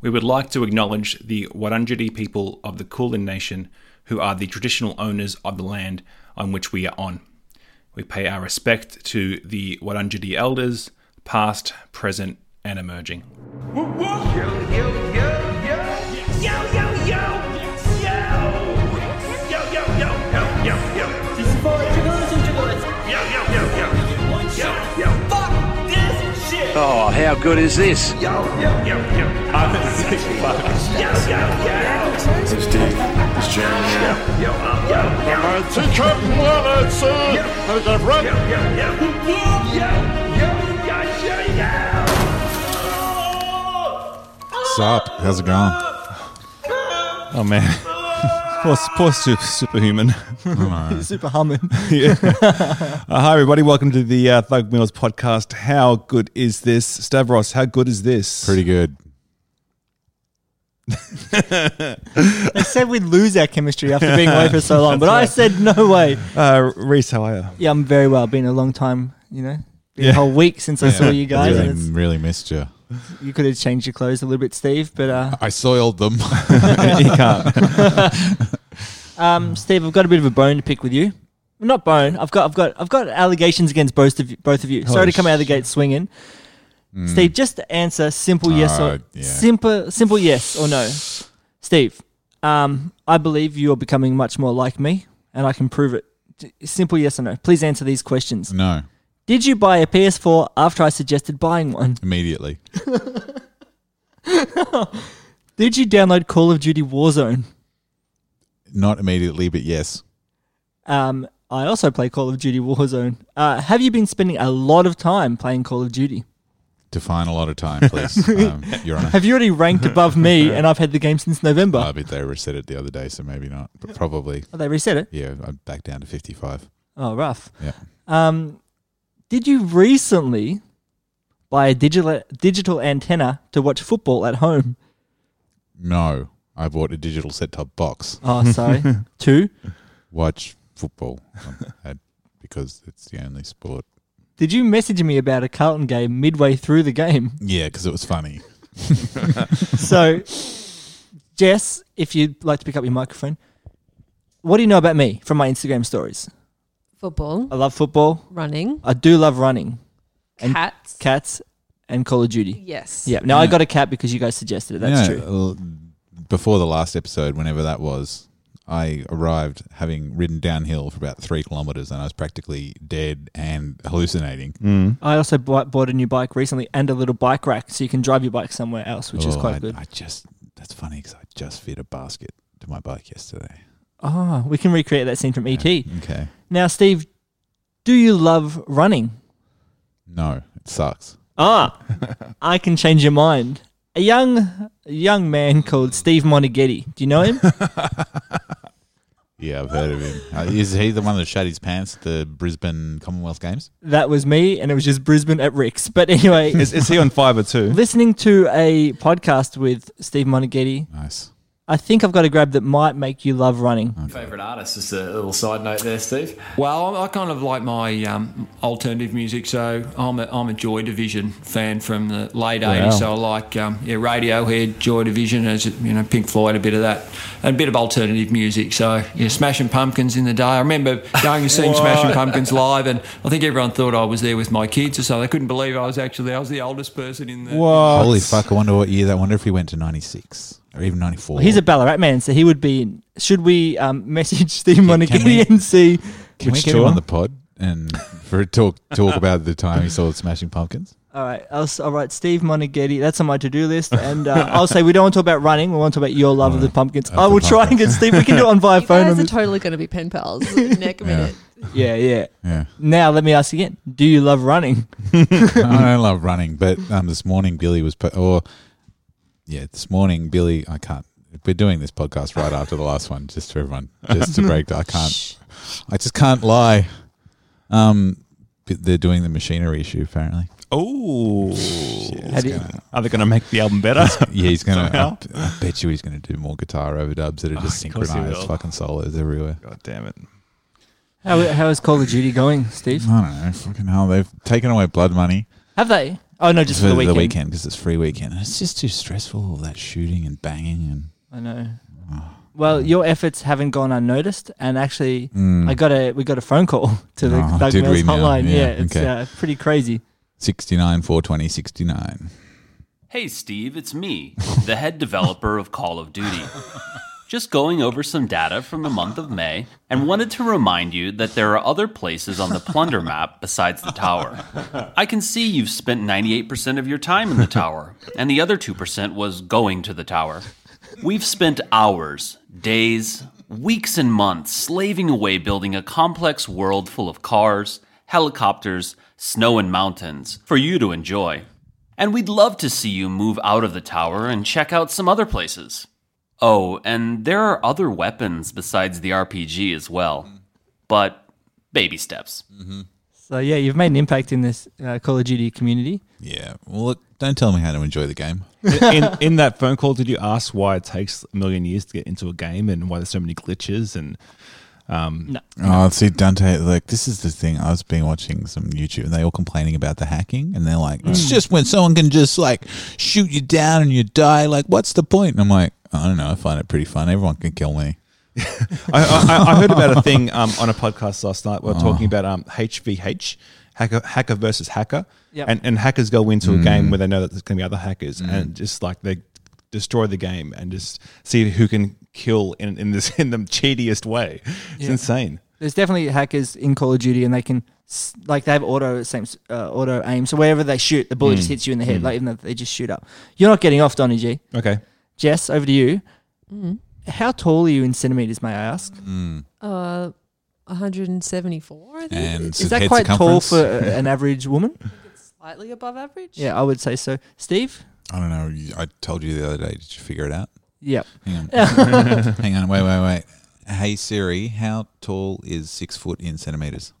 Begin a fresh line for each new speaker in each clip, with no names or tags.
We would like to acknowledge the Wurundjeri people of the Kulin Nation, who are the traditional owners of the land on which we are on. We pay our respect to the Wurundjeri elders, past, present, and emerging.
Oh, how good is this?
It's Dave. It's Jeremy.
Sup? How's it going?
Oh man, poor, poor super, superhuman.
Super humming.
Uh, hi everybody, welcome to the uh, Thug Mills podcast. How good is this, Stavros? How good is this?
Pretty good.
I said we'd lose our chemistry after being away for so long, but I said no way.
Uh, Reese, how are you?
Yeah, I'm very well. Been a long time, you know. Been
Yeah.
a whole week since I saw you guys,
really,
and it's,
really missed you.
you could have changed your clothes a little bit, Steve. But uh,
I soiled them.
you can't.
um, Steve, I've got a bit of a bone to pick with you. Not bone. I've got, I've got, I've got allegations against both of you. Both of you. Sorry to come out of the gate swinging,
Mm.
Steve. Just answer simple yes
Uh,
or
yeah.
simple, simple yes or no, Steve. Um, I believe you are becoming much more like me, and I can prove it. J- Simple yes or no. Please answer these questions.
no,
Did you buy a PS4 after I suggested buying one?
immediately.
Did you download Call of Duty Warzone?
Not immediately, but yes.
Um, I also play Call of Duty Warzone. Uh, have you been spending a lot of time playing Call of Duty?
Define a lot of time, please, um, Your Honor.
Have you already ranked above me and I've had the game since November?
I bet they reset it the other day, so maybe not, but probably.
oh, they reset it?
Yeah, I'm back down to 55.
Oh, rough.
Yeah.
Um, did you recently buy a digital, digital antenna to watch football at home?
No, I bought a digital set top box.
Oh, sorry. Two.
Watch football on- at- because it's the only sport.
Did you message me about a Carlton game midway through the game?
Yeah, because it was funny.
So, Jess, if you'd like to pick up your microphone, what do you know about me from my Instagram stories?
football,
I love football.
running,
I do love running, And
cats.
cats, and Call of Duty.
yes.
Yeah. Now I got a cat because you guys suggested it. That's
You know,
true.
l- Before the last episode, whenever that was, I arrived having ridden downhill for about three kilometers, and I was practically dead and hallucinating.
I also bought, bought a new bike recently and a little bike rack, so you can drive your bike somewhere else, which is
Oh,
quite
I,
good.
I just that's funny because I just fit a basket to my bike yesterday.
oh, we can recreate that scene from ET.
Okay,
Now, Steve, do you love running?
no, it sucks.
Ah, I can change your mind. A young, a young man called Steve Monteghetti. Do you know him?
Yeah, I've heard of him. Uh, Is he the one that shat his pants at the Brisbane Commonwealth Games?
that was me, and it was just Brisbane at Rick's. But anyway,
Is, is he on fiber too?
listening to a podcast with Steve Monteghetti,
Nice.
I think I've got a grab that might make you love running.
Favorite artist? Just a little side note there, Steve. Well, I I kind of like my um, alternative music, so I'm a, I'm a Joy Division fan from the late '80s. So I like um, yeah, Radiohead, Joy Division, as you know, Pink Floyd, a bit of that, and a bit of alternative music. So yeah, Smashing Pumpkins in the day. I remember going and seeing Smashing Pumpkins live, and I think everyone thought I was there with my kids or so. They couldn't believe I was actually I was the oldest person in the.
Oh,
Holy fuck! I wonder what year that. I wonder if he went to ninety six or even ninety four.
He's a Ballarat man, so he would be. in- Should we um, message Steve Monteghetti
we-
and see?
Can we
Which
get him
tour?
on the pod and for a talk talk about the time he saw Smashing Pumpkins?
All right, I'll, s- all right, Steve Monteghetti. That's on my to-do list, and uh, I'll say we don't want to talk about running. We want to talk about your love of the pumpkins. I
the
will try and get Steve. We can do it on via
You
phone.
guys
On
are
this.
totally going to be pen pals in the next minute.
yeah, yeah.
Yeah,
Now let me ask again. Do you love running?
I don't love running, but um, this morning Billy was put, or yeah, this morning Billy, I can't. We're doing this podcast right after the last one, just for everyone, just to break. I can't, I just can't lie. Um, but they're doing the machinery issue apparently.
Oh,
How do you-
are they going to make the album better?
Yeah, he's gonna.
Somehow.
I, I bet you he's gonna do more guitar overdubs that are just
Oh, of course he
synchronized
will.
fucking solos everywhere.
God damn it!
how, how is Call of Duty going, Steve?
Mm. I don't know, fucking hell. They've taken away blood money.
Have they? Oh no, just for, the weekend.
because it's free weekend. It's just too stressful, all that shooting and banging and
I know. Well, your efforts haven't gone unnoticed, and actually, I got a we got a phone call to the
Oh,
Doug
Mm. did
Mills
we now?
hotline.
Yeah,
Yeah, it's
okay.
uh, pretty crazy.
69, 420, 69.
Hey, Steve, it's me, the head developer of Call of Duty. Just going over some data from the month of May and wanted to remind you that there are other places on the plunder map besides the tower. I can see you've spent 98% of your time in the tower, and the other 2% was going to the tower. We've spent hours, days, weeks, and months slaving away building a complex world full of cars, helicopters, snow, and mountains for you to enjoy. And we'd love to see you move out of the tower and check out some other places. Oh, and there are other weapons besides the RPG as well. But baby steps.
So yeah, you've made an impact in this uh, Call of Duty community.
Yeah. Well, look, don't tell me how to enjoy the game.
in, in that phone call, did you ask why it takes a million years to get into a game and why there's so many glitches? And
Oh, see, Dante, like, this is the thing. I was been watching some YouTube and they all complaining about the hacking. And they're like, it's just when someone can just, like, shoot you down and you die. Like, what's the point? And I'm like, I don't know. I find it pretty fun. Everyone can kill me.
I, I, I heard about a thing um, on a podcast last night. We were talking about um, HVH, hacker, hacker versus hacker.
Yep.
And, and hackers go into a game where they know that there's going to be other hackers and just like they destroy the game and just see who can kill in, in this in the cheatiest way. It's insane.
There's definitely hackers in Call of Duty, and they can s- like they have auto same s- uh, auto aim. So wherever they shoot, the
Mm.
bullet just hits you in the head. Like even though they just shoot up, you're not getting off, Donny G.
Okay.
Jess, over to you.
Mm-hmm.
How tall are you in centimeters, may I ask?
Mm.
Uh, 174, I think.
And
Is that quite tall for uh, an average woman?
Slightly above average.
Yeah, I would say so. Steve?
I don't know. You- I told you the other day. Did you figure it out?
Yep.
Hang on. Hang on. Wait, wait, wait. Hey, Siri, how tall is six foot in centimeters?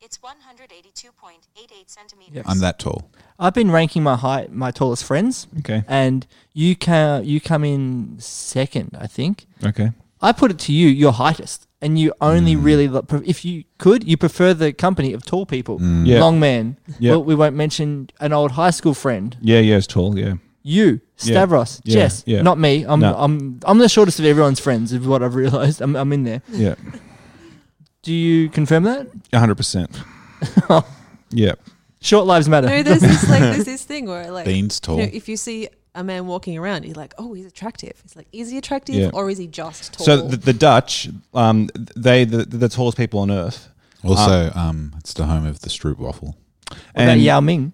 It's 182.88 centimeters.
Yep.
I'm that tall.
I've been ranking my height, my tallest friends,
Okay.
and you can you come in second, I think.
Okay.
I put it to you, your heightest, and you only really lo- pre- if you could, you prefer the company of tall people,
Yeah.
long man.
Yeah.
Well, we won't mention an old high school friend.
Yeah, yeah, it's tall. Yeah.
You,
Yeah.
Stavros,
Yeah.
Jess,
Yeah.
not me. I'm
No.
I'm I'm the shortest of everyone's friends, is what I've realized. I'm I'm in there.
Yeah.
Do you confirm that?
100%. yeah.
Short lives matter.
No, there's this like there's this thing where like
Beans tall.
You know, if you see a man walking around, you're like, oh, he's attractive. It's like, is he attractive
Yeah.
or is he just tall?
So the, the Dutch, um, they the, the tallest people on earth.
Also, um, it's the home of the stroopwafel.
What about Yao Ming.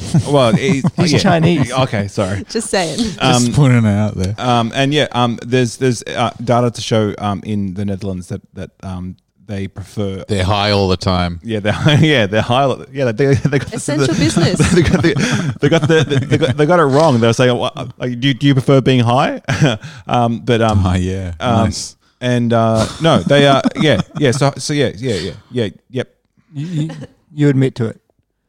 well, it,
He's Chinese.
Okay, sorry.
just saying.
Just putting it out there.
Um, and yeah, um, there's there's uh, data to show um, in the Netherlands that that um, they prefer.
They're high all the time.
Yeah, they're yeah they're high. Yeah, they, they got
Essential
the,
business.
They got, the, they, got the, they, got, they got it wrong. They're saying, "Wha- uh, do, do you prefer being high? um, but um,
Oh, yeah.
um,
nice.
And uh, no, they are. Yeah, yeah. So so yeah, yeah, yeah, yeah. Yep,
You, you, you admit to it.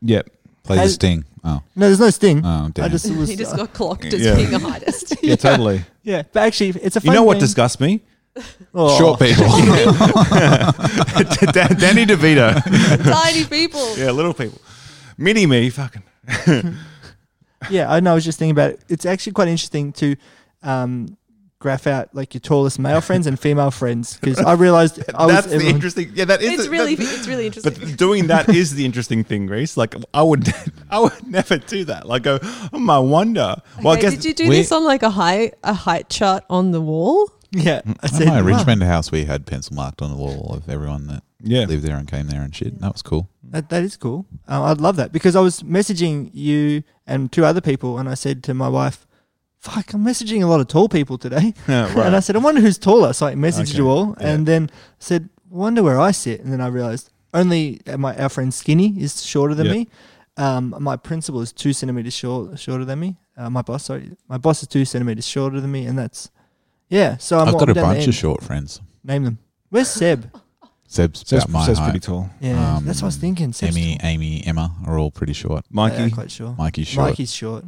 yep.
Play the
has-
sting. Oh,
No, there's no sting.
Oh,
I
damn.
just was.
he just got clocked as
Yeah.
being the hottest.
Yeah, totally.
yeah, but actually, it's a. Fun
You know what
game.
disgusts me?
Oh,
short people.
Dan- Danny DeVito.
Tiny people.
yeah, little people. Mini me, fucking.
Yeah, I know. I was just thinking about it. It's actually quite interesting to um, graph out like your tallest male friends and female friends because I realized I was.
That's the
everyone-
interesting. Yeah, that is.
It's
the-
really
that-
it's really interesting.
But doing that is the interesting thing, Reese. Like I would, I would never do that. Like go, oh my wonder. Well, I
Hey,
guess
did you do
we-
this on like a height a height chart on the wall?
Yeah, I
At
said.
my
"Wow."
Richmond house, we had pencil marked on the wall of everyone that
Yeah.
lived there and came there and shit. That was cool.
That, that is cool. Uh, I'd love that because I was messaging you and two other people, and I said to my wife, "Fuck, I'm messaging a lot of tall people today."
Yeah, right.
And I said, "I wonder who's taller." So I messaged
Okay.
you all, and
Yeah.
then said, "Wonder where I sit." And then I realized only my our friend Skinny is shorter than
Yeah.
me. Um, my principal is two centimeters short, shorter than me. Uh, my boss, sorry, my boss is two centimeters shorter than me, and that's yeah. So I'm
I've got a
down the
bunch
end.
of short friends.
Name them. Where's Seb?
Seb's
so
about my
so it's
height.
pretty tall.
Yeah,
Um,
that's what I was thinking. Seb's
Amy, Amy, Emma are all pretty short.
Yeah,
Mikey,
quite sure.
Mikey's short.
Mikey's short.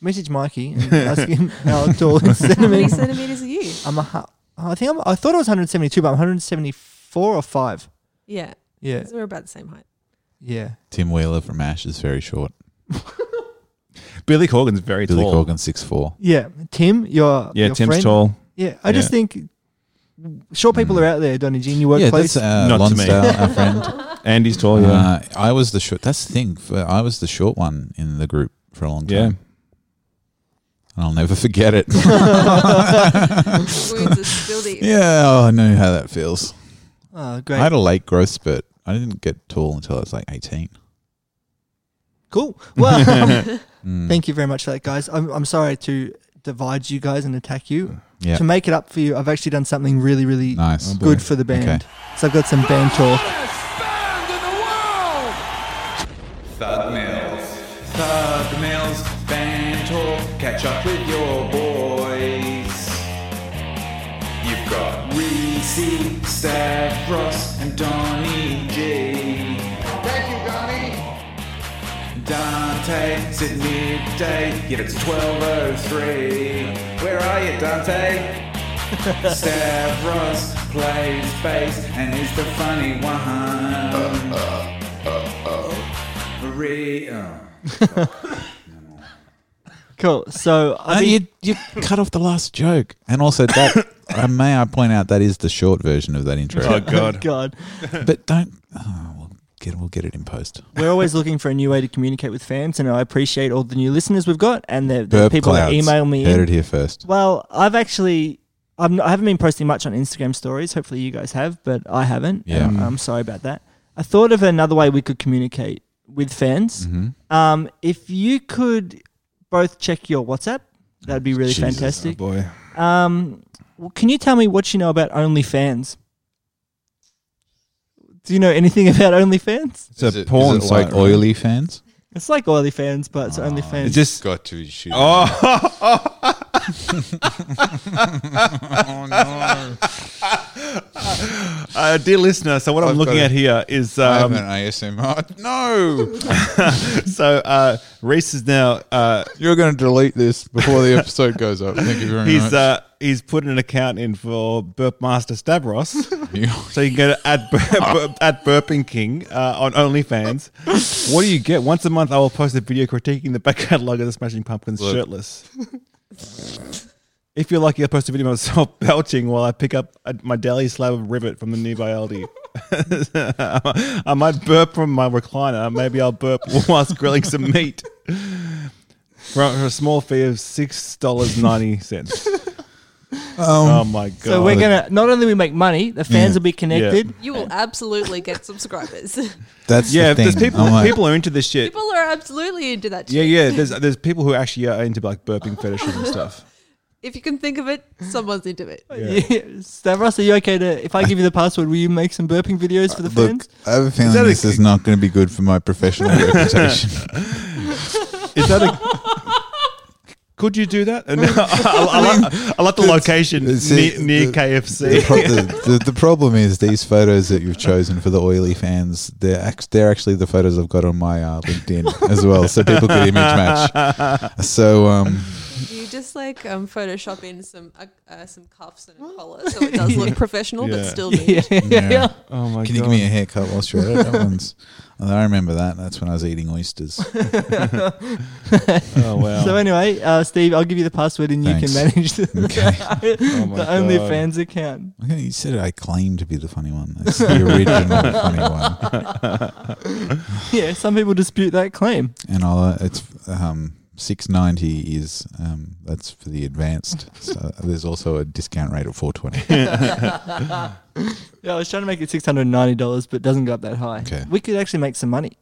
Message Mikey and ask him how tall his
How many
centimeters.
centimeters are you?
I'm a, hu- I think I'm, I thought I was 172, but I'm 174 or five.
Yeah,
Yeah,
'cause we're about the same height.
Yeah.
Tim Wheeler from Ash is very short.
Billy Corgan's very
Billy
tall.
Corgan's six four.
Yeah. Tim, your
Yeah,
your
Tim's
friend.
tall.
Yeah. I just think sure people are out there, Donny G, in your
Yeah,
workplace.
that's uh,
Not to me.
Lonsdale, our friend.
Andy's tall. Yeah.
Uh, I was the short. That's the thing. For, I was the short one in the group for a long time.
yeah.
And I'll never forget it.
Wounds are still deep.
yeah, oh, I know how that feels.
oh,
I
great.
had a late growth spurt. I didn't get tall until I was like 18.
Cool. Well,
Mm.
thank you very much for that, guys. I'm, I'm sorry to divide you guys and attack you.
Yeah.
To make it up for you, I've actually done something really, really
Nice. Oh,
good for the band.
Okay.
So I've got some band talk.
Thug males, thug males, band talk, catch up with your boys. You've got Reese, Stavros, and Donny G. Thank you, Donny. Dante, it's at midday, yet it's 12.03. Where are you, Dante? Stavros plays bass and is the funny one. Re- oh.
Cool. So I
No,
think-
you, you cut off the last joke. And also, that, uh, may I point out, that is the short version of that intro.
Oh God.
God,
But don't. Oh, we'll, get, we'll get it in post.
we're always looking for a new way to communicate with fans, and I appreciate all the new listeners we've got and the, the
Burp
people
clouds.
that email me.
Heard
in.
it here first.
Well, I've actually I'm not, I haven't been posting much on Instagram stories. Hopefully, you guys have, but I haven't.
Yeah.
and I'm sorry about that. I thought of another way we could communicate with fans. Um, if you could both check your WhatsApp, that'd be really
Jesus, oh
fantastic.
Boy.
Um, well, can you tell me what you know about OnlyFans? Do you know anything about OnlyFans?
It's a porn
is it
site.
like oily fans.
It's like OnlyFans, but it's OnlyFans.
It's just
Got to shoot.
oh. Um,
no.
Uh, dear listener, so what I'm
I've
looking
got
at
it.
here is
I have
um,
an ASMR. No.
so uh, Reese is now uh,
You're going to delete this before the episode goes up. Thank you very
he's
much.
uh, he's put an account in for Burp Master Stavros, so you can go to at, burp, at Burping King uh, on OnlyFans. What do you get? Once a month, I will post a video critiquing the back catalogue of the Smashing Pumpkins
Look.
shirtless. If you're lucky, I'll post a video of myself belching while I pick up a, my daily slab of rivet from the nearby Aldi. I might burp from my recliner. Maybe I'll burp whilst grilling some meat for, for a small fee of six dollars ninety cents.
Um,
oh my god!
Um, so we're gonna not only we make money, the fans will be connected.
You will absolutely get subscribers.
That's
yeah.
The thing.
There's people.
I'm like,
people are into this shit.
People are absolutely into that. Shit.
Yeah, yeah. There's there's people who actually are into like burping fetishes and stuff.
If you can think of it, someone's into it.
Stavros, are you okay to? If I give you the password, will you make some burping videos for the
Uh, Look,
fans?
I have a feeling
that a-
this is not going to be good for my professional reputation.
Is that a? Could you do that? And I, I, like, I like the location
it's- it's-
near, near
the- The,
KFC.
pro- the, the, the problem is these photos that you've chosen for the oily fans. They're act- they're actually the photos I've got on my uh, LinkedIn as well, so people could image match. So um,
You just like um, Photoshop in some uh, uh, some cuffs and a collar, so it does look professional, but
Yeah.
still neat.
Yeah, yeah, yeah.
Oh my
can you give me a haircut whilst you're at it? That one's. I remember that. That's when I was eating oysters.
oh wow.
So anyway, uh, Steve, I'll give you the password and you can
Thanks. Oh
manage the,
Okay.
my
the
God.
OnlyFans account.
Okay, you said I claim to be the funny one. That's the original funny one,
Yeah, some people dispute that claim.
and I'll, uh, it's um, six ninety is um, that's for the advanced. So there's also a discount rate of four twenty.
Yeah, I was trying to make it six hundred and ninety dollars, but it doesn't go up that high.
Okay.
We could actually make some money.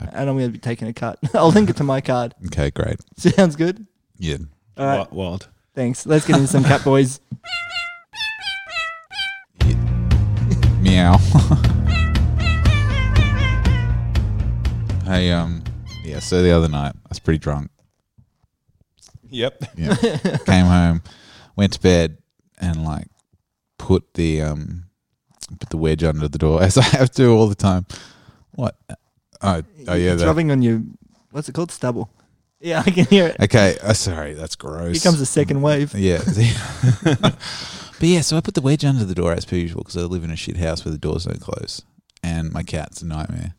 Okay.
And I'm going to be taking a cut. I'll link it to my card.
Okay, great.
Sounds good.
Yeah,
All right.
Wi- Wild.
Thanks. Let's get into some cat boys.
meow. hey, um, yeah. So the other night, I was pretty drunk.
Yep.
Yeah, came home, went to bed, and like put the um put the wedge under the door as I have to all the time. What? Oh, oh yeah.
It's
that-
rubbing on your what's it called? Stubble. Yeah, I can hear it.
Okay, uh, sorry, that's gross.
Here comes the second wave.
yeah. but yeah, so I put the wedge under the door as per usual because I live in a shit house where the doors don't close, and my cat's a nightmare.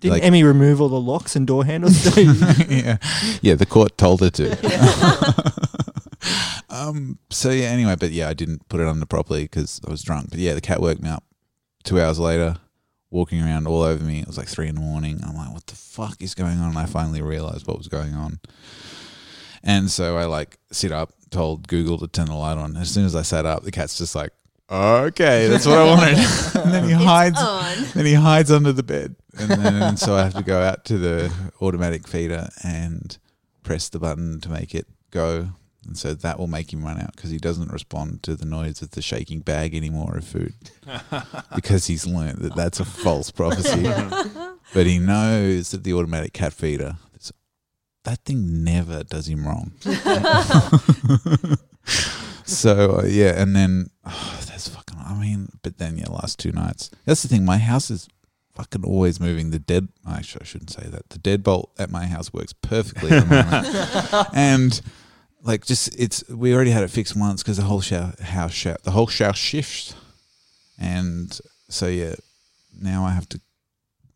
Didn't
Like-
Emmy remove all the locks and door handles? Did
yeah. yeah, the court told her to. um, so yeah, anyway, but yeah, I didn't put it on properly because I was drunk. But yeah, the cat woke me up two hours later, walking around all over me. It was like three in the morning. I'm like, what the fuck is going on? And I finally realized what was going on. And so I like sit up, told Google to turn the light on. As soon as I sat up, the cat's just like, okay, that's what I wanted. and then he hides.
on.
Then he hides under the bed. And then and so I have to go out to the automatic feeder and press the button to make it go. And so that will make him run out because he doesn't respond to the noise of the shaking bag anymore of food because he's learned that that's a false prophecy. but he knows that the automatic cat feeder, it's- that thing never does him wrong. so uh, yeah, and then oh, that's fucking. I mean, but then yeah, last two nights. That's the thing. My house is fucking always moving. The dead. Actually, I shouldn't say that. The deadbolt at my house works perfectly at the moment, and. Like just it's we already had it fixed once because the whole shower, house shower, the whole shower shifts, and so yeah, now I have to.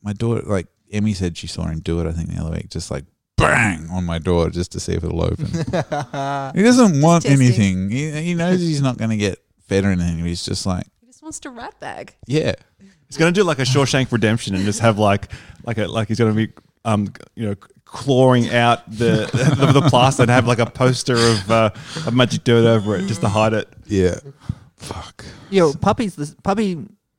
My door, like Emmy said, she saw him do it. I think the other week, just like bang on my door just to see if it'll open. He doesn't want
testing.
anything. He, he knows he's not going to get fed or anything. He's just like,
He just wants to rat bag.
yeah,
He's going to do like a Shawshank Redemption and just have like like a like he's going to be um you know clawing out the the, the plaster and have like a poster of uh, of magic dirt over it just to hide it.
yeah. Fuck.
Yo, puppies. This puppy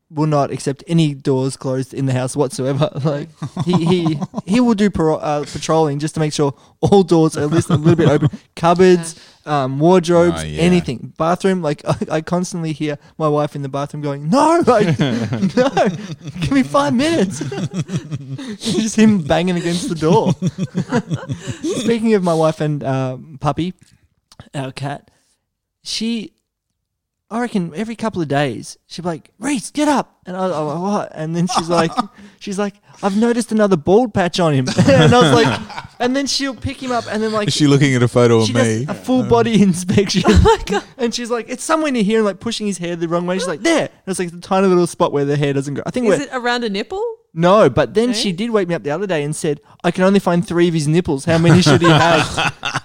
will not accept any doors closed in the house whatsoever. Like he he he will do paro- uh, patrolling just to make sure all doors are at least a little bit open. Cupboards, um, wardrobes,
Oh, yeah.
anything. Bathroom. Like I, I constantly hear my wife in the bathroom going, "No, like, no, give me five minutes." just him banging against the door. Speaking of my wife and um, puppy, our cat, she, I reckon every couple of days she'd be like, "Reese, get up," and I, I'm like, "What?" And then she's like, "She's like, I've noticed another bald patch on him," and I was like, and then she'll pick him up and then like
Is she looking at a photo of
she
me?
does a full
Uh.
body inspection.
Oh
And she's like, it's somewhere near here, and like pushing his hair the wrong way. She's like, there. And it's like the tiny little spot where the hair doesn't grow. I think
Is
we're,
it around a nipple?
no, but then
No?
she did wake me up the other day and said, I can only find three of his nipples. How many should he have?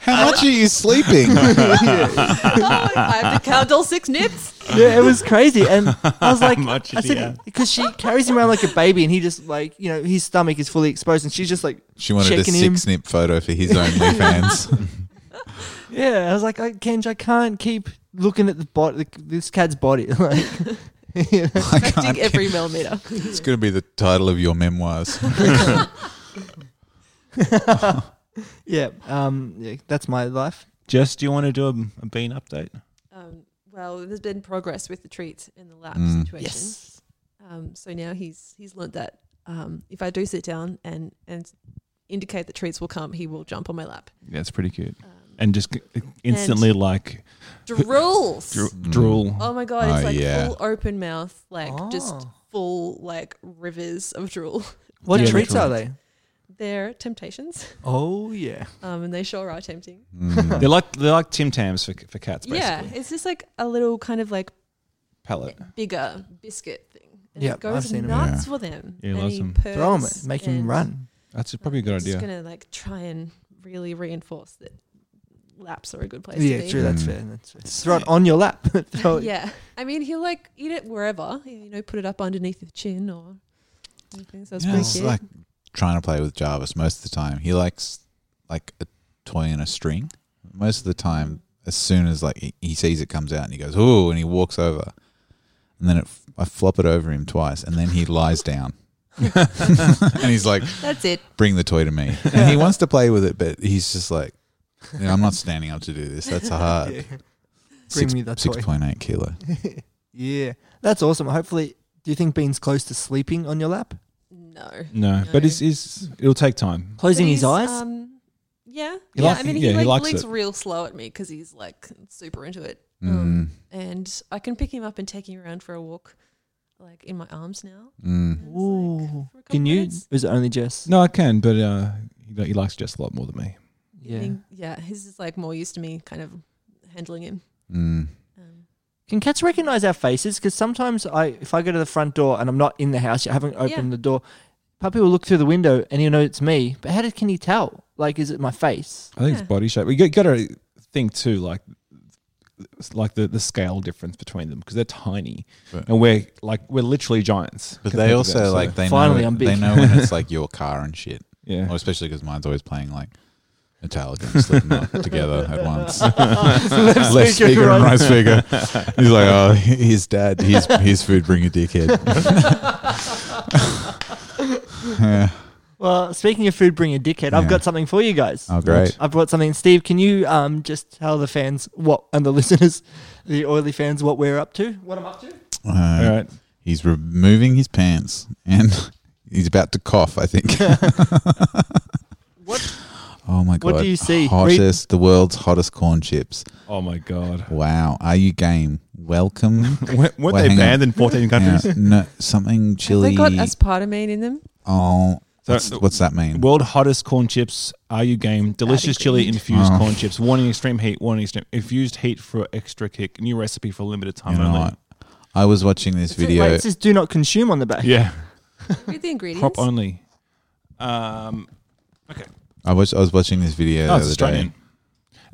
How much are you sleeping?
oh, I have to count all six nips.
yeah, it was crazy. And I was like,
much
I
did he
said,
have?
because she carries him around like a baby, and he just like, you know, his stomach is fully exposed, and she's just like,
she wanted a
checking him.
six snip photo for his only fans.
Yeah, I was like, I, Kenj, I can't keep looking at the bot, the, this cat's body. Like, you know.
I can't.
Dig every millimeter.
It's going to be the title of your memoirs.
yeah, um, yeah, that's my life.
Jess, do you want to do a, a bean update?
Um, well, there's been progress with the treats in the lap
Mm.
situation. Um, so now he's he's learnt that um, if I do sit down and and indicate that treats will come, he will jump on my lap.
That's pretty cute.
Um,
And just instantly
instantly,
like
drools.
drool.
Oh my god, it's
Oh,
like
yeah.
full open mouth, like just
Oh.
full like rivers of drool.
What
Yeah,
treats
literally.
are they?
They're temptations,
Oh yeah.
um, and they sure are tempting.
They're like they're like Tim Tams for for cats, basically.
Yeah, it's just like a little kind of like
Uh.
Palette.
bigger biscuit thing. And
Yep,
it goes
I've seen 'em.
nuts for them.
Yeah,
and
loves
he
'em.
Throw him,
purrs
make him
and
run.
That's probably a
I'm
good
just
idea.
gonna like try and really reinforce that laps are a good place.
Yeah,
to be.
true. Oh, That's
Mm.
fair. That's fair. Throw it on your lap. Throw it.
Yeah, I mean he'll like eat it wherever. You know, put it up underneath the chin or anything. So it's
Yeah,
pretty
it's
cute.
like trying to play with Jarvis most of the time. He likes like a toy and a string. Most of the time, as soon as like he, he sees it comes out and he goes, "Ooh," and he walks over, and then it, f- I flop it over him twice, and then he lies down, and he's like,
That's it.
"Bring the toy to me." And he wants to play with it, but he's just like, "You know, "I'm not standing up to do this. That's hard."
Bring
Uh, Six-
me that toy.
Six point eight kilo.
Yeah, that's awesome. Hopefully, do you think Bean's close to sleeping on your lap,
No.
no, but it's, it's it'll take time.
closing
But
his
he's,
eyes?
Um, yeah,
He
yeah.
likes-
I mean,
yeah, he
he like
likes
blinks
it. Hmm.
real slow at me because he's like super into it.
Mm,
Um, and I can pick him up and take him around for a walk, like in my arms now. And
mm.
it's, like,
Ooh.
for a couple
Can you?
minutes.
Is it only Jess?
No, I can, but uh, he li- he likes Jess a lot more than me.
Yeah.
Being- yeah, his is like more used to me kind of handling him.
Mm.
Um,
Can cats recognize our faces? Because sometimes I, if I go to the front door and I'm not in the house, I haven't opened
Yeah.
the door. Puppy will look through the window and he'll know it's me. But how did, can he tell? Like, is it my face?
I think it's body shape. We got to think too, like it's like the, the scale difference between them because they're tiny, and we're like we're literally giants.
But
compared
they
to
also
them, so-
like they
Finally,
know
I'm
they
big.
know when it's like your car and shit.
Yeah.
Well, especially because mine's always playing like Metallica and Slipknot together at once. Left
speaker,
speaker and
right-
right speaker. He's like, oh, his dad, his his food, bring a dickhead.
Well, speaking of food, bring a dickhead. I've
Yeah.
got something for you guys.
Oh, great.
I brought something. Steve, can you um, just tell the fans what and the listeners, the oily fans, what we're up to? What I'm up to?
Uh,
All right.
He's removing his pants and he's about to cough. I think.
What?
Oh my god!
What do you see? Read-
Hottest, the world's hottest corn chips.
Oh my god!
Wow, are you game? Welcome.
Weren't,
Wait,
weren't they
hang on.
banned in fourteen
Yeah,
countries?
no, something
Have
chili.
they got aspartame in them?
oh, what's,
So-
what's that mean?
World hottest corn chips. Are you game? Delicious chili infused
Oh.
corn chips. Warning: extreme heat. Warning: extreme infused heat for extra kick. New recipe for limited time
You know
only.
what? I was watching this video.
Wait, it says do not consume on the back.
Yeah,
Read the ingredients.
prop only. Um,
I was I was watching this video
oh,
the
it's
other
Australian.
day.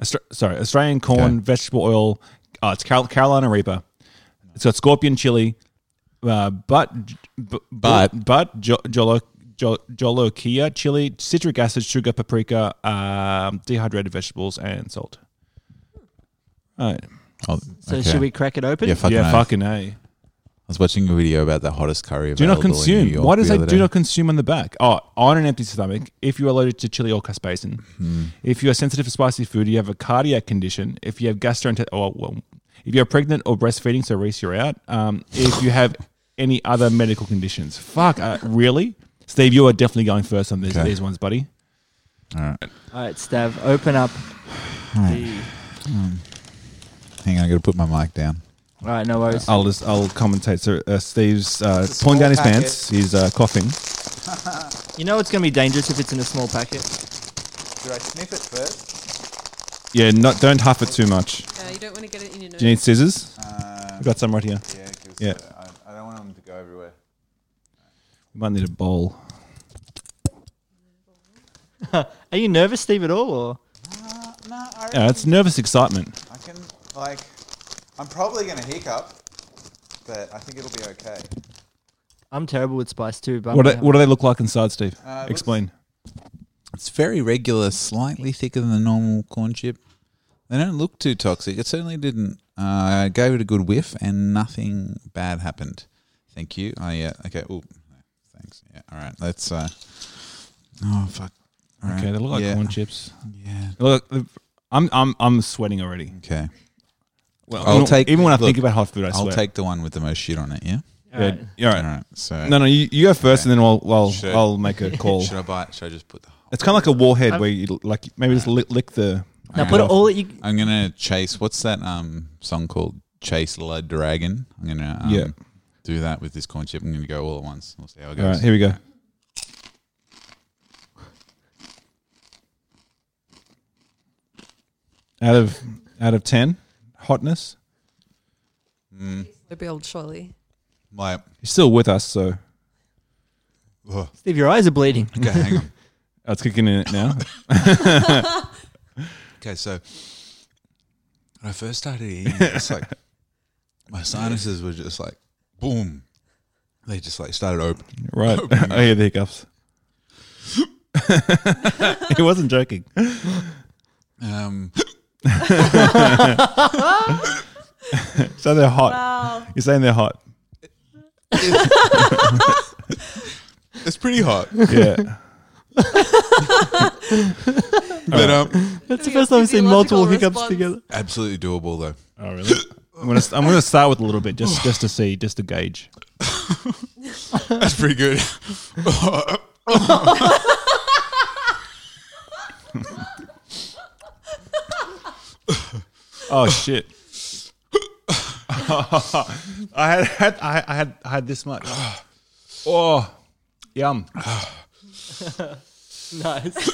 Austra- sorry, Australian corn vegetable oil. Uh, it's Carol- Carolina Reaper. It's got scorpion chili, uh, but b- b-
But-
but jo- jolo- jo- jolokia chili, citric acid, sugar, paprika, um, dehydrated vegetables, and salt. All right.
Oh,
So
okay.
should we crack it open?
Yeah, fucking
yeah,
oath.
fucking a.
I was watching a video about the hottest curry
Do not
available in New
consume.
York.
Why does
the
they
other
do
day.
not consume on the back? Oh, on an empty stomach. If you are allergic to chili or caspacin.
Hmm.
If you are sensitive to spicy food, you have a cardiac condition. If you have gastrointestinal, oh, well, if you are pregnant or breastfeeding, so Reese, you're out. Um, if you have any other medical conditions, fuck, uh, really, Steve, you are definitely going first on these
Okay.
these ones, buddy.
All right, Stav, open up. the-
Hang on, I got to put my mic down.
All right, no worries.
I'll just I'll commentate. So uh, Steve's uh, pulling down his pants. He's uh, coughing.
You know it's going to be dangerous if it's in a small packet.
Yeah, not don't huff it too much.
Uh, you don't want to get it in your nose.
Do you need scissors?
Uh,
I've got some right here.
yeah, because
Yeah.
I, I don't want them to go everywhere.
You might need a bowl.
Are you nervous, Steve, at all? Or
No, I,
Yeah, Uh, it's nervous excitement.
I can like. I'm probably gonna hiccup, but I think it'll be okay.
I'm terrible with spice too. But I'm
What do,
gonna-
what do they look like inside, Steve?
Oh, Uh, it
Explain.
It's very regular, slightly thicker than the normal corn chip. They don't look too toxic. It certainly didn't. Uh, I gave it a good whiff, and nothing bad happened. Thank you. Oh yeah. Okay. Oh, thanks. Yeah. All right. Let's. Uh, oh fuck. All right.
Okay, they look like
yeah.
corn chips.
Yeah.
Look, I'm I'm I'm sweating already.
Okay.
Well,
I'll
even-
take-
even when I
look,
think about hot food, I
I'll
sweat.
take the one with the most shit on it. Yeah.
Yeah, all right.
All right. So.
No, no, you, you go first, and then I'll I'll,
Sure.
I'll make a call.
Should I buy it? Should I just put the?
It's kind of like a warhead
Um,
where you l- like maybe just lick, lick the.
Now
lick
put it
off.
all at you.
I'm gonna chase. What's that um song called? Chase the dragon. I'm gonna um,
Yeah.
do that with this corn chip. I'm gonna go all at once. We'll see how it
All right,
goes.
here we go. Out of out of ten, hotness.
It'll be old surely.
My
He's still with us, so uh,
oh,
Steve, your eyes are bleeding.
okay, hang on.
oh, it's kicking in it now.
Okay, so when I first started eating, it, it's like my sinuses were just like boom. They just like started open.
Right. I hear the hiccups. he wasn't joking.
Um,
So they're hot.
Wow.
You're saying they're hot.
it's pretty hot,
Yeah.
but um,
That's the first time I've seen multiple hiccups together.
absolutely doable though.
oh, really? I'm gonna, I'm gonna start with a little bit just just to see, just to gauge.
That's pretty good.
Oh shit. I had, had I I had I had this much. Oh, yum!
Nice.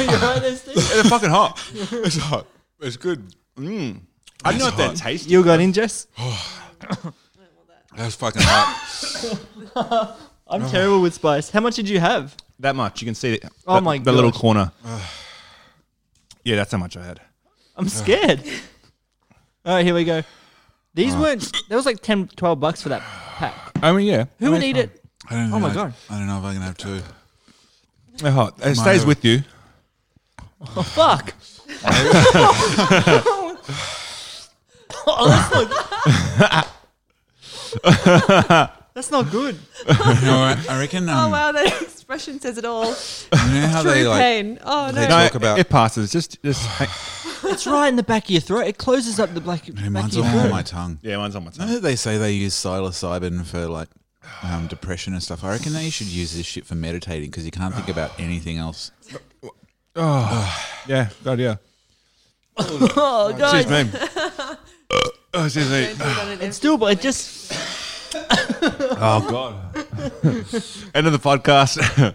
You're right there, Steve.
They're fucking hot.
it's hot. It's good.
I don't know if that tastes.
Oh. You got in, Jess?
That's fucking hot.
I'm terrible with spice. How much did you have?
That much. You can see it.
Oh
that-
my
The little
God.
corner. yeah, that's how much I had.
I'm scared. All right, here we go. These
Oh.
weren't. That was like 10, 12 bucks for that pack.
I mean, yeah.
Who would eat it?
I don't
Oh my
know.
God.
I don't know if I can have two.
They're hot. It stays with you.
Oh, fuck. oh, that's not. that's not good.
You know what? I reckon. Um,
Oh wow, that expression says it all.
You know how
True
they like.
pain. Oh
they
no.
talk
it-
about-
it passes. Just, just.
It's right in the back of your throat. It closes up the black.
Hey,
back of
mine's
your
all on
throat.
my tongue.
yeah, mine's on my tongue.
Know that they say they use psilocybin for like um, depression and stuff. I reckon that you should use this shit for meditating because you can't think about anything else.
Yeah, God, yeah.
Oh, guys.
Excuse me. oh, excuse me.
It's still, but it just.
Oh God. End of the podcast.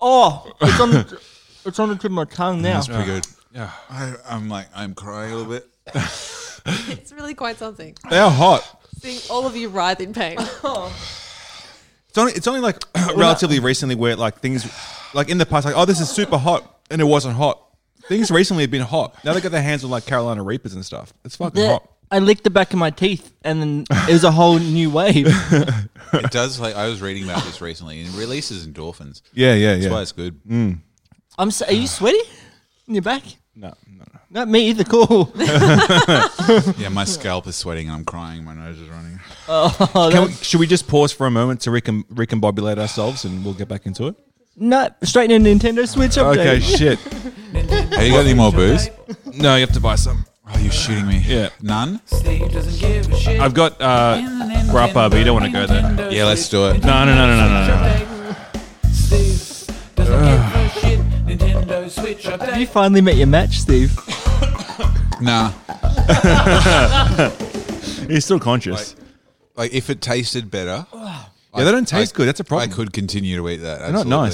Oh, it's on the. It's on the tip of my tongue now.
That's pretty good. Yeah, I, I'm like I'm crying a little bit.
It's really quite something.
They're hot.
Seeing all of you writhe in pain.
It's only it's only like relatively recently where like things like in the past like oh this is super hot and it wasn't hot. Things recently have been hot. Now they got their hands on like Carolina Reapers and stuff. It's fucking
Yeah,
hot.
I licked the back of my teeth, and then it was a whole new wave.
It does. Like I was reading about this recently, and it releases endorphins.
Yeah, yeah,
That's
yeah. Mm.
why it's good.
I'm. s are you sweaty? In your back?
No, no, no.
Not me either. Cool.
Yeah, my scalp is sweating. and I'm crying. My nose is running.
Can we, should we just pause for a moment to recom- recombobulate ourselves and we'll get back into it?
Not straight into Nintendo Switch update.
Okay, shit.
Have you got any more booze?
No, you have to buy some.
Oh, you're shooting me.
Yeah.
None?
I've got uh, grappa, but you don't want to go there.
Yeah, let's do it.
No, no, no, no, no, no, no.
Have you finally met your match, Steve?
Nah.
He's still conscious.
Like, if it tasted better,
yeah, they don't taste
I-
good. That's a
I
problem.
could continue to eat that.
They're not
absolutely.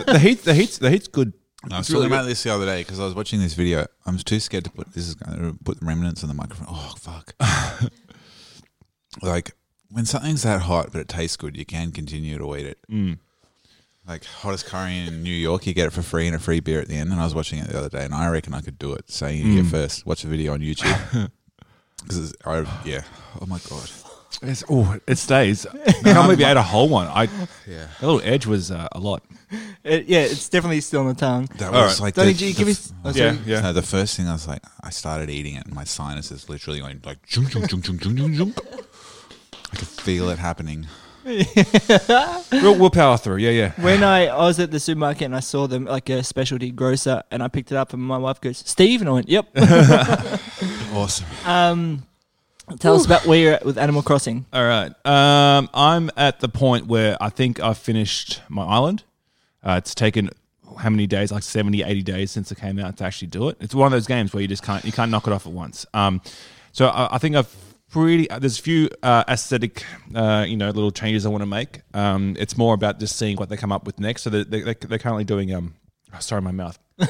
nice. the heat, the heat's, the heat's good.
I was
It's really
talking about this the other day because I was watching this video. I'm too scared to put this is going to put the remnants on the microphone. Oh fuck! like when something's that hot but it tastes good, you can continue to eat it.
Mm.
Like hottest curry in New York, you get it for free and a free beer at the end. And I was watching it the other day, and I reckon I could do it. So you hear
Mm.
first, watch a video on YouTube. Because I yeah, oh my god,
It's, oh, it stays. I can't believe you ate a whole one. I yeah. That little edge was uh, a lot.
It, yeah, it's definitely still on the tongue.
that
All
was
right.
like
Donny
the-
G,
the
give me.
f-
oh, sorry.
Yeah, yeah.
No, the first thing I was like, I started eating it, and my sinuses literally going like, junk, junk, junk, junk, junk, junk, junk. I could feel it happening.
We'll, we'll power through. Yeah, yeah.
When I, I was at the supermarket and I saw them like a specialty grocer, and I picked it up, and my wife goes, "Steve," and I went, "Yep."
Awesome.
Tell us about where you're at with Animal Crossing.
All right. Um, I'm at the point where I think I've finished my island. Uh, it's taken how many days? Like 70, 80 days since it came out to actually do it. It's one of those games where you just can't you can't knock it off at once. Um, so I, I think I've pretty uh, there's a few uh, aesthetic uh, you know little changes I want to make. Um, it's more about just seeing what they come up with next. So they they they they're currently doing um oh, sorry my mouth. um,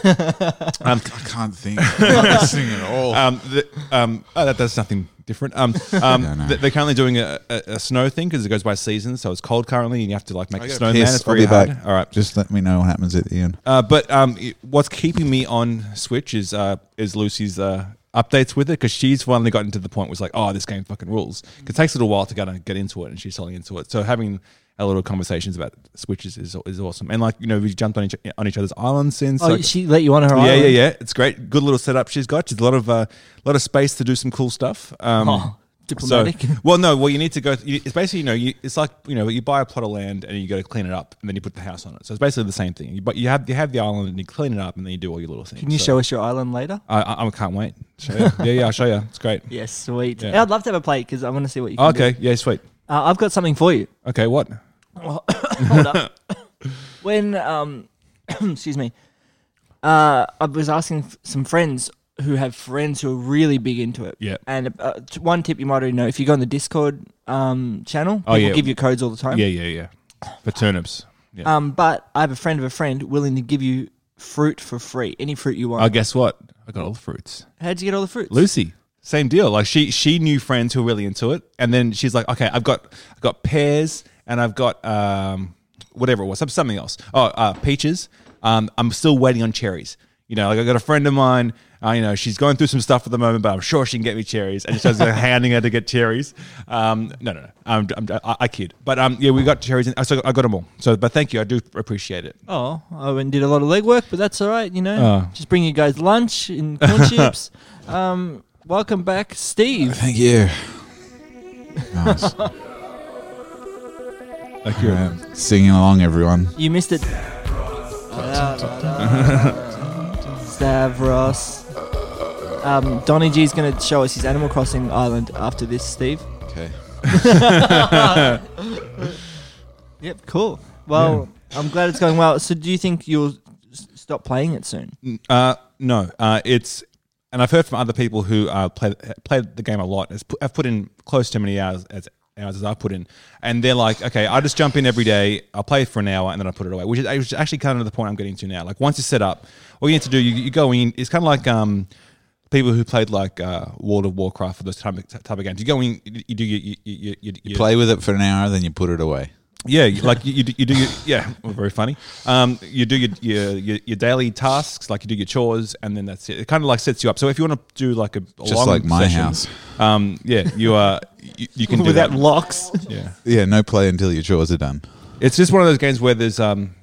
I can't think. I'm not listening at all.
um, the, um, oh, that, that's nothing different. Um, um,
Yeah, I know.
th- they're currently doing a, a, a snow thing because it goes by seasons. So it's cold currently, and you have to like make a snowman. It's very hard. All right.
Just let me know what happens at the end.
Uh, but um, it- what's keeping me on Switch is uh, is Lucy's uh, updates with it because she's finally gotten to the point where it's like, oh, this game fucking rules. 'Cause it takes a little while to kind of get into it, and she's totally into it. So having our little conversations about Switches is, is awesome. And like you know, we jumped on each on each other's islands since.
Oh,
like-
she let you on her
yeah,
island.
yeah, yeah. It's great. Good little setup she's got. She's a lot of a lot of space to do some cool stuff. Um,
Oh,
so-
diplomatic.
well, no. Well, you need to go. You, it's basically you know you, it's like you know you buy a plot of land and you go to clean it up and then you put the house on it. So it's basically the same thing. You, but you have you have the island and you clean it up and then you do all your little things.
Can you
So
show us your island later?
I, I, I can't wait. Show you. yeah, yeah. I'll show you. It's great.
Yes, sweet.
Yeah.
I'd love to have a plate because I want to see what you. Can
Okay. Yeah. Sweet.
do. Uh, I've got something for you.
Okay. What?
Hold up. when um, excuse me, uh, I was asking f- some friends who have friends who are really big into it.
Yeah.
And uh, t- one tip you might already know: if you go on the Discord um channel,
Oh,
people
yeah.
give you codes all the time.
Yeah, yeah, yeah. For turnips. Yeah.
Um, but I have a friend of a friend willing to give you fruit for free, any fruit you want.
oh, guess what? I got all the fruits.
How'd you get all the fruits?
Lucy, same deal. Like she she knew friends who were really into it, and then she's like, okay, I've got I've got pears and I've got um, whatever it was, some- something else. Oh, uh, peaches. Um, I'm still waiting on cherries. You know, like I got a friend of mine. Uh, you know, she's going through some stuff at the moment, but I'm sure she can get me cherries. And so I was like, handing her to get cherries. Um, no, no, no. I'm, I'm, I, I kid. But um, yeah, we got cherries, and I, so I got them all. So, but thank you, I do appreciate it.
Oh, I went and did a lot of legwork, but that's all right, you know.
Oh.
Just bring you guys lunch and corn chips. Um, welcome back, Steve.
Thank you. Nice.
Thank you.
Alright, Singing along, everyone.
You missed it. Stavros. Um, Donny G's going to show us his Animal Crossing island after this, Steve.
Okay.
Yep, cool. Well, I'm glad it's going well. So, do you think you'll s- stop playing it soon?
Uh, no, uh, it's, and I've heard from other people who uh, play, played the game a lot. has pu- Have put in close to many hours as hours as I put in, and they're like, okay, I just jump in every day. I'll play for an hour and then I put it away, which is, which is actually kind of the point I'm getting to now. Like once it's set up, all you need to do, you, you go in. It's kind of like um, people who played like uh, World of Warcraft or those type of, type of games. You go in, you, you do your, you, you, you, you
Play with it for an hour, then you put it away.
yeah, you- like you, you do, you do your, yeah, well, very funny. Um, you do your, your your your daily tasks, like you do your chores, and then that's it. It kind of like sets you up. So if you want to do like a, a
Just
long
like my
session,
house.
um, yeah, you are you, you can do
Without
that.
locks.
Yeah,
Yeah, no play until your chores are done.
it's just one of those games where there's um,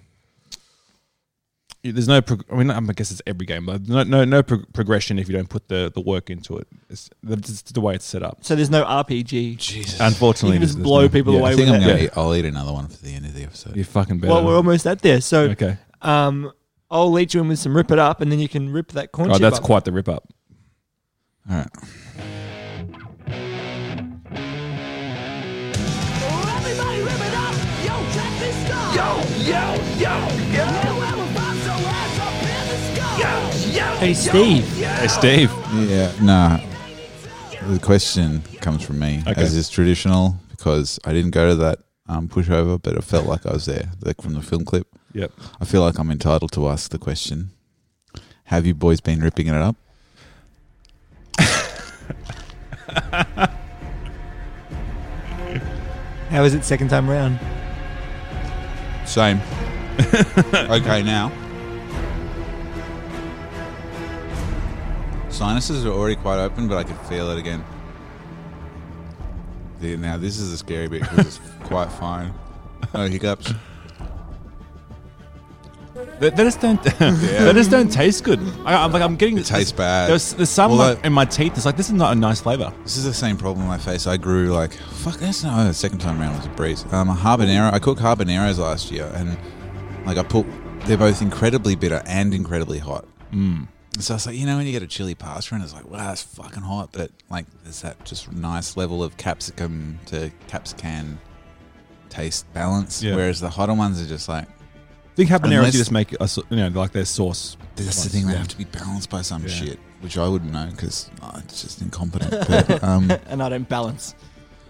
there's no. Prog- I mean, I guess it's every game, but no no no pro- progression if you don't put the, the work into it. It's that's just the way it's set up.
So, there's no RPG.
Jesus.
Unfortunately,
You can just
there's
blow
no-
people
yeah.
away
I think
with
I'm
it.
gonna eat, I'll eat another one for the end of the episode.
You're fucking better.
Well, we're almost at there. So,
okay.
um, I'll lead you in with some rip it up, and then you can rip that corn
Oh,
chip
that's
up.
quite the rip up.
All right.
Everybody rip it up! Yo, check this out! Yo, yo, yo, yo! Yo, Alfonso has up in the sky! Yo, yo,
Hey, Steve.
Hey, Steve.
Yeah, nah. The question comes from me,
Okay.
as is traditional, because I didn't go to that um, pushover, but it felt like I was there, like from the film clip.
Yep.
I feel like I'm entitled to ask the question: Have you boys been ripping it up?
How is it second time round?
Same. okay, now. Sinuses are already quite open, but I could feel it again. Yeah, Now this is a scary bit because it's quite fine. No hiccups.
They, they just don't. they just don't taste good. I, I'm like I'm getting. It
tastes bad.
There's, there's some
Although-
like, in my teeth. It's like this is not a nice flavor.
This is the same problem I face. I grew like fuck. That's not oh, the second time around was a breeze. Um, a habanero. I cooked habaneros last year, and like I put, they're both incredibly bitter and incredibly hot. Mm. So I was like, you know, when you get a chili pasta and it's like, wow, that's fucking hot, but like there's that just nice level of capsicum to capsicum taste balance.
Yeah.
Whereas the hotter ones are just like,
I think habaneros
Unless-
you just make a, you know like their sauce.
that's the thing. They have to be balanced by some shit, which I wouldn't know because it's just incompetent. But um,
And I don't balance.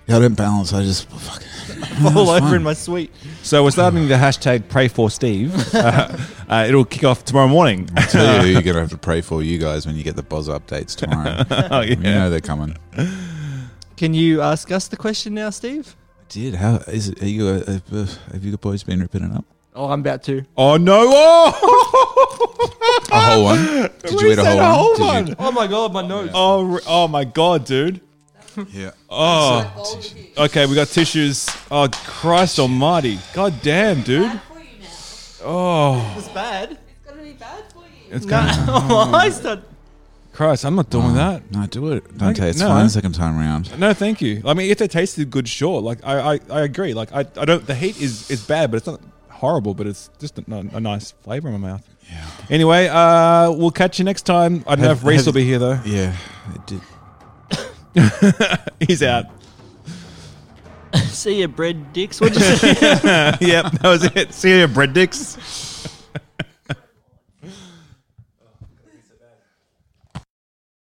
yeah, I don't balance. I just fuck.
Fall over
fine.
in my suite.
So we're starting the hashtag pray for Steve. uh, uh, it'll kick off tomorrow morning.
I tell you who you're going to have to pray for, you guys, when you get the buzz updates tomorrow.
oh yeah.
You know they're coming.
Can you ask us the question now, Steve?
Dude, how is it? Are you, uh, uh, have you boys been ripping it up?
Oh, I'm about to.
Oh no! Oh!
A whole one? Did you eat a whole,
said a whole
one?
Oh my god, my nose.
oh, re- oh my god, dude.
Did you? Yeah.
Oh. Okay, we got tissues. Oh Christ Almighty! God damn, dude. Oh
It's bad.
It's
No, I start-
Christ, I'm not doing
Mm.
that.
No, do it. Don't
Okay,
taste
no.
fine the second time round.
No, thank you. I mean, if they tasted good, sure. Like I, I, I agree. Like I, I don't. The heat is is bad, but it's not horrible. But it's just a, a nice flavor in my mouth.
Yeah.
Anyway, uh, we'll catch you next time. I don't
Have-
know if Reese
have-
will be here though.
Yeah. It did.
He's out.
See ya, bread dicks. What'd you say?
yep, that was it. See you, bread dicks.